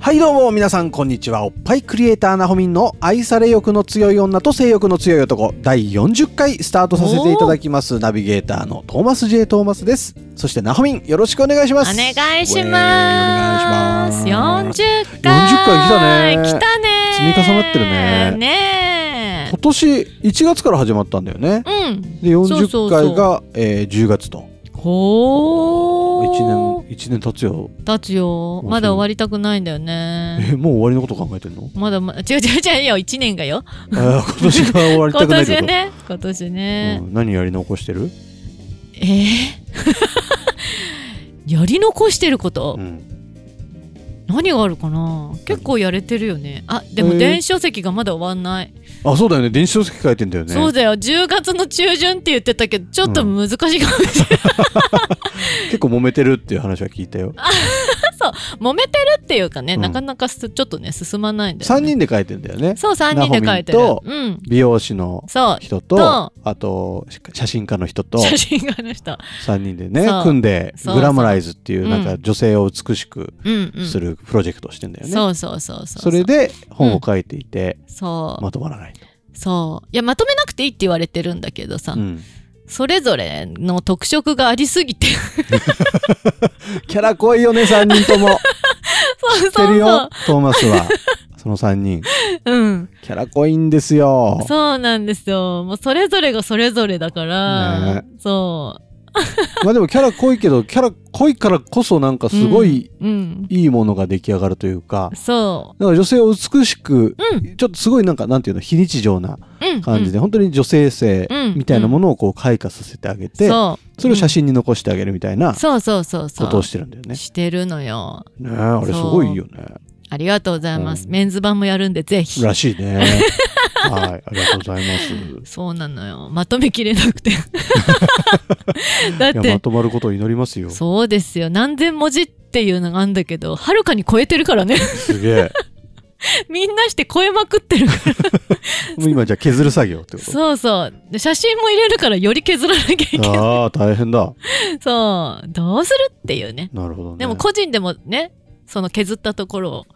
はいどうも皆さんこんにちはおっぱいクリエイターなほみんの愛され欲の強い女と性欲の強い男第40回スタートさせていただきますナビゲーターのトーマス J トーマスですそしてなほみんよろしくお願いしおます願いします。ウェーイお願い四し十回。 40回来たね来たね。積み重なってるねねえ今年1月から始まったんだよねうん。でそうそ40うそう回がえー10月とほ1ー。年一年経つよ年。経つよ。まだ終わりたくないんだよね。えもう終わりのこと考えてんのまだま違う違う違うよ。一年がよ。えー今年が終わりた今くないって年こと、ね。今年ねう。ん何やり残してる、え ーやり残してること、うん何があるかな結構やれてるよねあでもえー電子書籍がまだ終わんない、あそうだよね電子書籍書いてんだよねそうだよ10月の中旬って言ってたけどちょっと難しいかもしれない、 結構揉めてるっていう話は聞いたよ揉めてるっていうかね、うんなかなかすちょっとね進まないんだよ、 3ね、人で書いてんだよねそう3人で書いてるナホうん美容師のそう人ととあと写真家の人と写真家の人3人でねそう組んでそうそうグラマライズっていううんなんか女性を美しくうんうんするプロジェクトをしてんだよね、そうそうそうそうそれで本を書いていてそう、まとまらないと、そういやまとめなくていいって言われてるんだけどさ、うんそれぞれの特色がありす ぎてキャラ濃いよね3人とも そう知ってそるうよそうトーマスはその3人うんキャラ濃いんですよそうなんですよもうそれぞれがそれぞれだから、ねそまあでもキャラ濃いけどキャラ濃いからこそなんかうすごいうん、うんいいものが出来上がるというか、そなんか女性を美しくううんちょっとすごいなんかなんていうの非日常なうん感じで、本当に女性性うんみたいなものをこう開花させてあげて、そうそれを写真に残してあげるみたいなそうそうそうそうことをしてるんだよね。してるのよねえあれすごいよね。ありがとうございます、うんメンズ版もやるんでぜひらしいね。はい、ありがとうございます。そうなのよまとめきれな くてだっいやまてとまることを祈りますよ。そうですよ何千文字っていうのがあるんだけどはるかに超えてるからね すげえ。みんなして超えまくって るからもう今じゃあ削る作業ってこと。そうそうで写真も入れるからより削らなきゃいけないああ大変だ。そうどうするっていうねなるほどね。でも個人でもねその削ったところを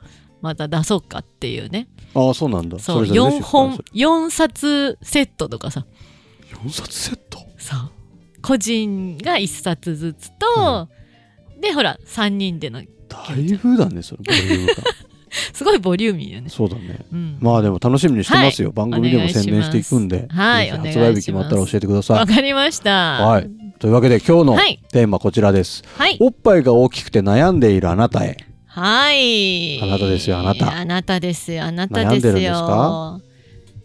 また出そうかっていうねああそうなんだ。そうれぞれね4本出4冊セットとかさ版する四冊セット。そう個人が1冊ずつと、でほら3人でのだいぶだねそれボリューム感。すごいボリューミーよね、そうだね。うん、まあでも楽しみにしてますよ。番組でも宣伝していくんで、はいぜひお願発売日いします決まったら教えてくださわい。かりましたはい。というわけで今日のはいテーマはこちらです。はいおっぱいが大きくて悩んでいるあなたへ。はいあなたですよあなたあなたですよあなたです悩よんでるんですか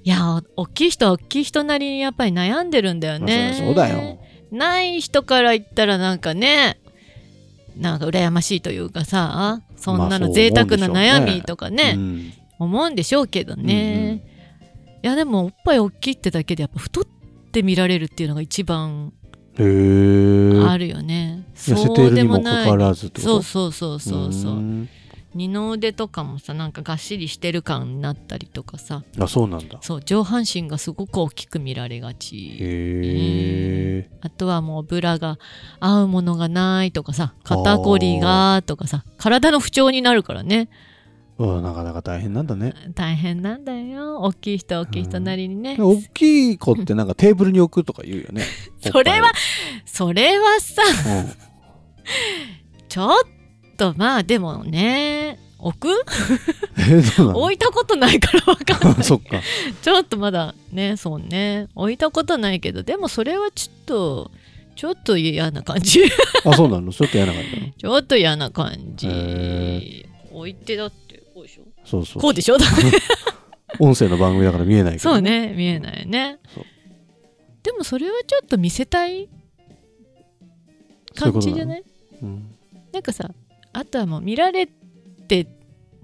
いやお大きい人は大きい人なりにやっぱり悩んでるんだよね、そうだよ。ない人から言ったらなんかねなんか羨ましいというかさそんなまあそう思うんでの贅しょうね沢な悩みとかね,、うん思うんでしょうけどね、いやでもおっぱい大きいってだけでやっぱ太って見られるっていうのが一番へえ。あるよね、痩せてそいうるでにももかなかわいらずってこそと。うそうそうそうそうーうん二の腕とかもさなんかがっしりしてる感になったりとかさあそうなんだ。そう上半身がすごく大きく見られがちへえ。あとはもうブラが合うものがないとかさ肩こりがとかさ体の不調になるからねうんなかなか大変なんだね。大変なんだよ大きい人は大きい人なりにね、大きい子ってなんかテーブルに置くとか言うよね。 それはそれはさおっぱいを。うんちょっとまあでもね置くえそうな の置いたことないからわかんないそっか。 ちょっとまだねそうね置いたことないけどでもそれはちょっとちょっと嫌な感じ あそうなの。ちょっと嫌な感じなの。ちょっと嫌な感じ、へえ置いてだってこうでしょそうそうこ。うでしょだ って音声の番組だから見えないけど。そうね見えないねそうでもそれはちょっと見せたいそういう感ことじなのじゃないうん。なんかさあとはもう見られて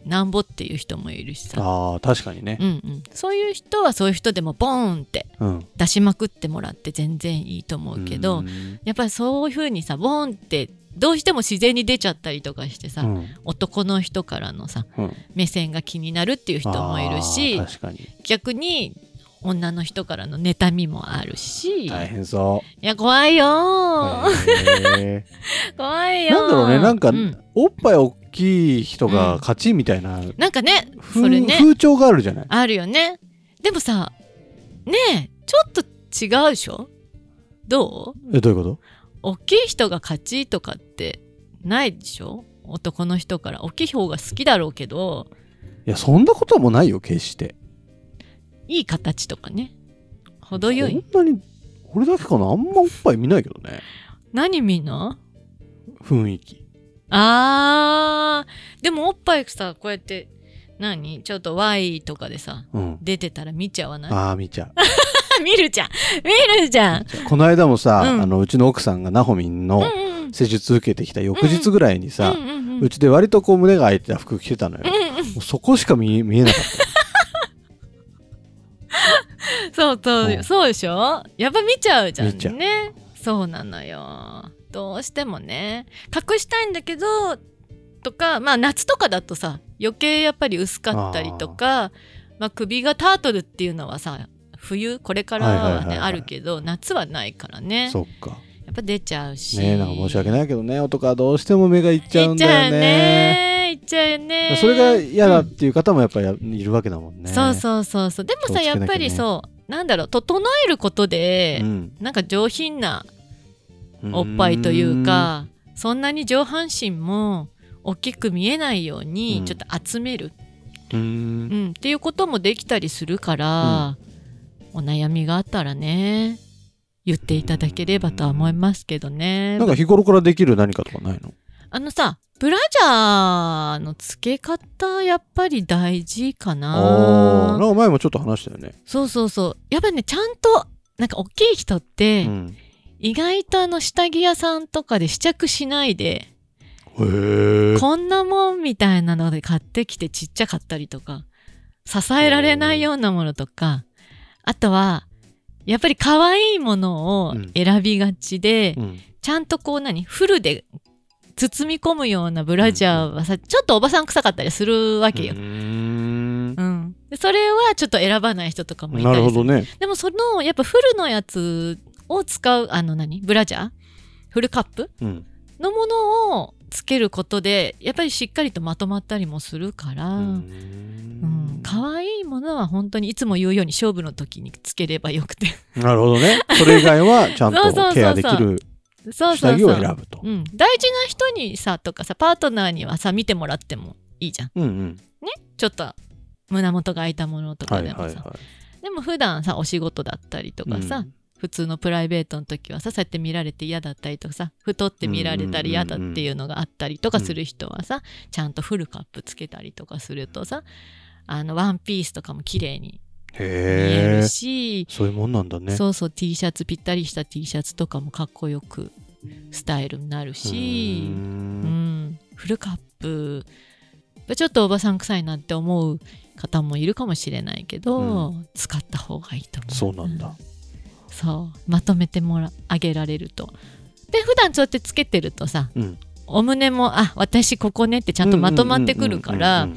なんぼっていう人もいるしさ、ああ確かにねうんうん、そういう人はそういう人でもボーンってうん出しまくってもらって全然いいと思うけど、うんやっぱりそういう風にさボーンってどうしても自然に出ちゃったりとかしてさ、うん男の人からのさうん目線が気になるっていう人もいるしあー確かに逆に女の人からの妬みもあるし、大い、変そや怖いよう、ー、へ怖いーよーなんだろうねなんか、うおっぱい大きい人が勝ちみたいな、なんかねふんそれね風潮があるじゃないあるよねでもさねえちょっと違うでしょどうえどういうこと大きい人が勝ちとかってないでしょ男の人から大きい方が好きだろうけどいやそんなこともないよ決していい形とかね程よいそんなに俺だけかなあんまおっぱい見ないけどね何見んの雰囲気あーでもおっぱいさこうやって何ちょっと Y とかでさうん出てたら見ちゃわないああ見ちゃう 見るじゃん見るじゃんこの間もさ、うんあのうちの奥さんがナホミンうんのうんうん施術受けてきた翌日ぐらいにさ、うんうんうんうちで割とこう胸が開いてた服着てたのよ、もうそこしか見見えなかっそうそう、うんそうでしょやっぱ見ちゃうじゃん見ちゃうねそうなのよどうしてもね隠したいんだけどとかまあ夏とかだとさ余計やっぱり薄かったりとかまあ、首がタートルっていうのはさ冬これからはいははいはいはねいあるけど夏はないからた ねそっかやっぱ出ちゃうしねえなんか申し訳ないけどね男はどうしても目がいっちゃうんだよねいっちゃうねいっちゃうねそれが嫌だうっんていう方もやっぱりいるわけだもんねそうそうそうそうでもさ、気をつけなきやゃねっぱりそうなんだろう整えることで、うんなんか上品なうんおっぱいというかそんなに上半身も大きく見えないよううにんちょっと集める、ううんんっていうこともできたりするから、お悩みがあったらね言っていただければとは思いますけどねなんか日頃からできる何かとかないのあのさブラジャーの付け方やっぱり大事かああーななんか前もちょっと話したよね、そうそうそうやっぱりねちゃんとなんか大きい人って、うん意外とあの下着屋さんとかで試着しないでへえこんなもんみたいなので買ってきてちっちゃかったりとか、支えられないようなものとか、あとは、やっぱり可愛いものをうん選びがちで、うんちゃんとこう何フルで包み込むようなブラジャーはさ、ちょっとおばさん臭かったりするわけよう。ーんうん。でそれはちょっと選ばない人とかもいたなりるする。ほどねでもその、やっぱフルのやつを使う、あの何ブラジャーフルカップうんのものをつけることでやっぱりしっかりとまとまったりもするから、ううん可愛いものは本当にいつも言うように勝負の時につければよく てなるほどねそれ以外はちゃん そうそうそとうそうケアできるそうそ下う着そをう、選ぶとうん、大事な人にさとかさパートナーにはさ見てもらってもいいじゃんうんうんちょっと胸元が開いたものとはいかでもさ、はいはでも普段さお仕事だったりといかさ、普通のプライベートの時はさそうやって見られて嫌だったりとかさ太って見られたり嫌だっていうのがあったりとかする人はさちゃんとフルカップつけたりとかするとさあのワンピースとかも綺麗に見えへえるし、そういうもんなんだねそうそう T シャツぴったりした T シャツとかもかっこよくスタイルになるしうー、うんん、フルカップちょっとおばさん臭いなって思う方もいるかもしれないけど、使った方がいいと思う。そうなんだそうまとめてもらあげられるとで普段そうやってつけてるとさうんお胸もあ私ここねってちゃんとまとまってくるから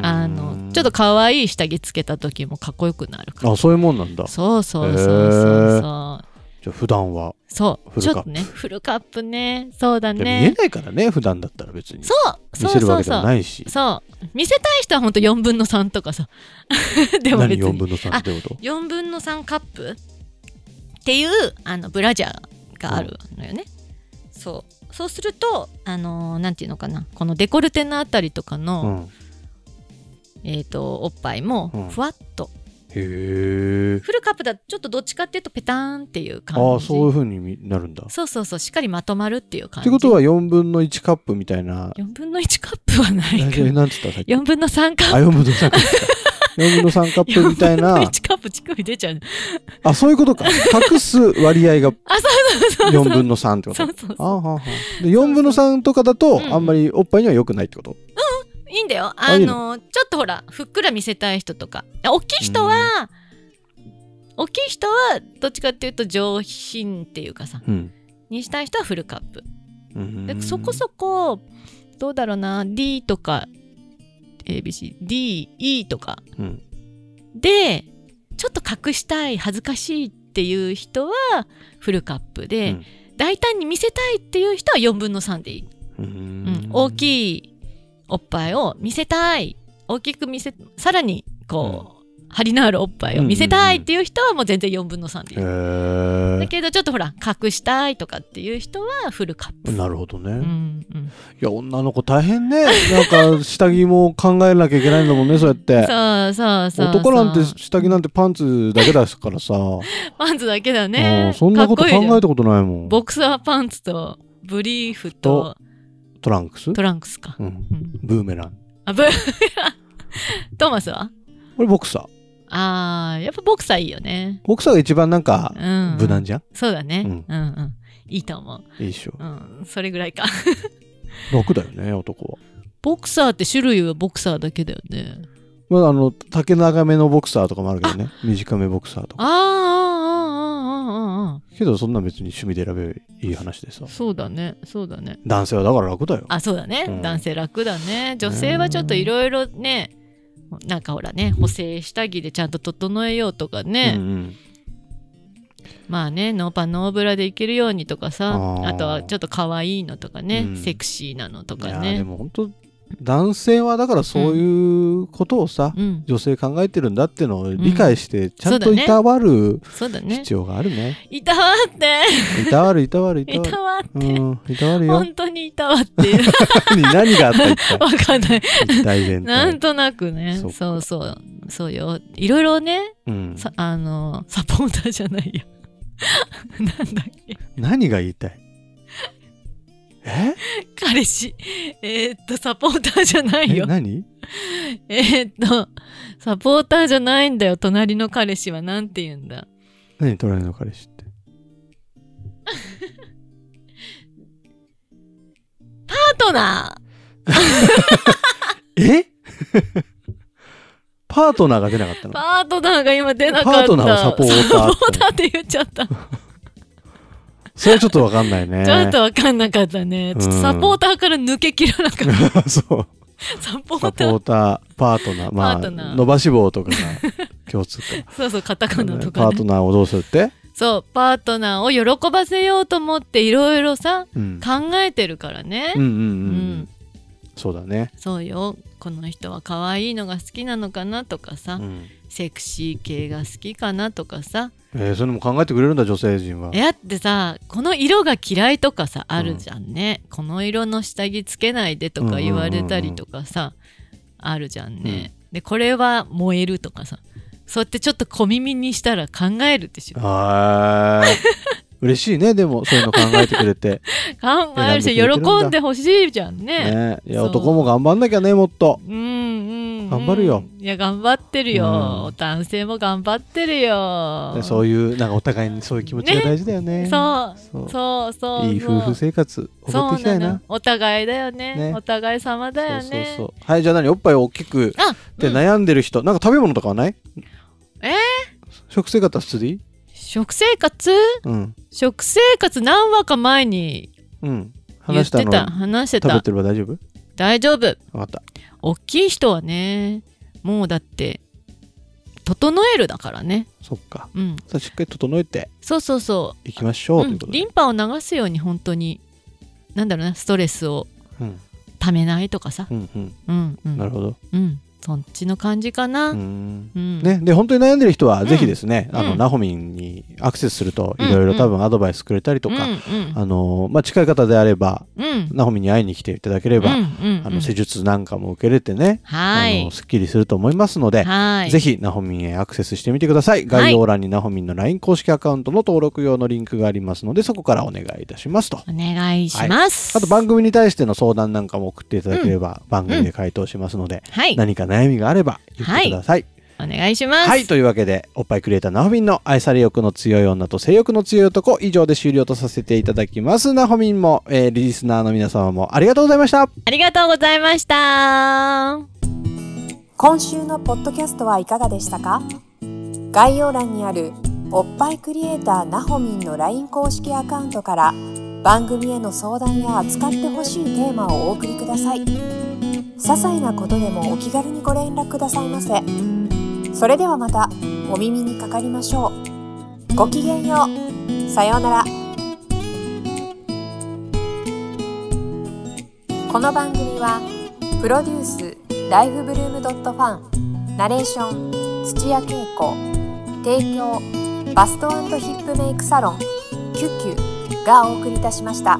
あのちょっと可愛い下着つけた時もかっこよくなるからあそういうもんなんだそうそうそうそうそうじゃあ普段はそうフルちカップょっとねフルカップねそうだいや見えねないからね普段だったら別にそう見そせうるそわうけでそはうないしそう見せたい人はほんと4分の3とかさでも何別4に分の3ってこと4分の3カップっていうあのブラジャーがあるのよね、そうそうするとあのーなんていうのかなこのデコルテのあたりとかうの、んえっ、とおっぱいもうんふわっと、へえフルカップだとちょっとどっちかっていうとペターンっていう感じああそういうふうにみなるんだっそうそうそうしっかりまとまるっていう感てじことは4分の1カップみたいな4分の1カップはない何かて言ったさっき4分の3カッあ4分の3カップ4分の3カップみたいな1カップ乳首出ちゃう。あそういうことか隠す割合があ、そうそうそうそう。 4分の3ってこ そとうそうあそははで4分の3とかだとうんあんまりおっぱいには良くないってことう。いいんだよ。ああいいの、ちょっとほら、ふっくら見せたい人とか。あ大きい人は、大きい人は、どっちかっていうと上品っていうかさ、うんにしたい人はフルカップ。うんでそこそこ、どうだろうな、D とか、ABC、D、E とかうんでちょっと隠したい恥ずかしいっていう人はフルカップで、うん大胆に見せたいっていう人は4分の3でいい、ううんん大いきいおっぱいを見せたい大きく見せさらにこう、張りのあるおっぱいを見せたいっていう人はもう全然4分の3でいい、へだーけどちょっとほら隠したいとかっていう人はフルカップ、なるほどね、うんいうんや女の子大変ねなんか下着も考えなきゃいけないんだもんねそうやってそうそうそう男なんて下着なんてパンツだけですからさ、パンツだけだうねんそんなことかっ考いいじゃんえたことないもんボクサーパンツとブリーフとトランクス、トランクスかうん、うんブーメランあぶ トーマスはこれボクサーあーやっぱボクサーいいよね。ボクサーが一番なんかうん、無難じゃん、そうだね。ううんんうん。いいと思う。いいっしょうん、それぐらいか。楽だよね男はボクサーって種類はボクサーだけだよね。まああの竹長めのボクサーとかもあるけどね短めボクサーとあかーあーあーあーあーあけどそんな別に趣味で選べばいい話でさーそうだね。そうだね。男性はだから楽だよあ、そうだね。うん男性楽だね。女性はちょっといろいろね、なんかほらね、補正下着でちゃんと整えようとかね。うんうんまあねノーパンノーブラでいけるようにとかさあーあとはちょっと可愛いのとかね、うんセクシーなのといかやでねも本当男性はだからそういうことをさ、うん女性考えてるんだっていうのを理解してちゃんそとういだねたわるそうだね必要があるね,、いたわっていたわるいたわるいた いわるたわって、うんいたわるよ本当にいたわって いう何何があった一体わかんない一体全体なんとなくねそっそかうそうそうよいろいろねうん、さあのサポーターじゃないや なんだっけ何が言いたいえ彼氏えー、っとサポーターじゃないえよ何えー、っとサポーターじゃないんだよ隣の彼氏はなんて言うんだ何隣の彼氏ってパートナーえ パートナーが出なかったのパートナーが今出なかった。パートナーはサポーターってサポーターって言っちゃった。ちそれはちょっとわかんないねょっとわかんなかったね。ちょっうんとサポーターから抜けきらなかっ そうた。サポサポーターー。ターパートナーまあパートナー伸ばし棒とかが共通かそうそう、カタカナとパかートね。ナーをどうするって、そう、パートナーを喜ばせようと思っていろいろさ、うん、考えてるからね。うんうんうんうん、うんそうだね、そうよ。この人は可愛いのが好きなのかなとかさ、うんセクシー系が好きかなとかさ。えー、そういうのも考えてくれるんだ女性陣はえだってさこの色が嫌いとかさあるじゃんね、この色の下着つけないでとか言われたりとかさ、あるじゃんね、でこれは燃えるとかさそうやってちょっと小耳にしたら考えるでしょはーい嬉しいねでもそういうの考 えてくれて考えるし選んでくれてるんだ喜んでほしいじゃんねねいやそう男も頑張んなきゃねもっとうんうん、うん、頑張るよいや頑張ってるよ、うん男性も頑張ってるよねそういうなんかお互いにそういう気持ちがね大事だよねそうそうそうそうそういい夫婦生活送っていきたいそうなのお互いだよねねお互い様だよねそうそうそうはいじゃあ何おっぱいを大きくあってうん悩んでる人、なんか食べ物とかはないえー食生活は普通でいい食生活うん食生活何話か前にうん言話っしたてのた話して食べたてれば大丈夫大丈夫分かった大きい人はねもうだって整えるだからねそっかうんさあしっかり整えてそうそうそいきましょう、う、うといんうこ、とでリンパを流すように本当になんだろうなストレスをうんためないとかさうんうんうんうんなるほどうんそっちの感じかな、ううんんね、で本当に悩んでる人はぜひですね、うんあのうんナホミンにアクセスするといろいろ多分アドバイスくれたりととか、うんあのまあ、近い方であればうんうんナホミンに会いに来ていただければ、うんあうのん施術なんかも受けれてね、はあいのすっきりすると思いますので、はいぜひナホミンへアクセスしてみてください概要欄にナホミンの LINE 公式アカウントの登録用のリンクがありますのでそこからお願いいたしますとお願いします、あと番組に対しての相談なんかも送っていただければ番組で回答しますので、はい何か悩みがあれば言ってください、お願いします。はいというわけでおっぱいクリエイターなほみんの愛され欲の強い女と性欲の強い男以上で終了とさせていただきますなほみんも、えーリスナーの皆様もありがとうございましたありがとうございました。今週のポッドキャストはいかがでしたか概要欄にあるおっぱいクリエイターなほみんの LINE 公式アカウントから番組への相談や扱ってほしいテーマをお送りください些細なことでもお気軽にご連絡くださいませそれではまたお耳にかかりましょうごきげんようさようならこの番組は「プロデュースライフブルームドットファンナレーション土屋恵子提供バストヒップメイクサロン「キュッキュ」がお送りいたしました。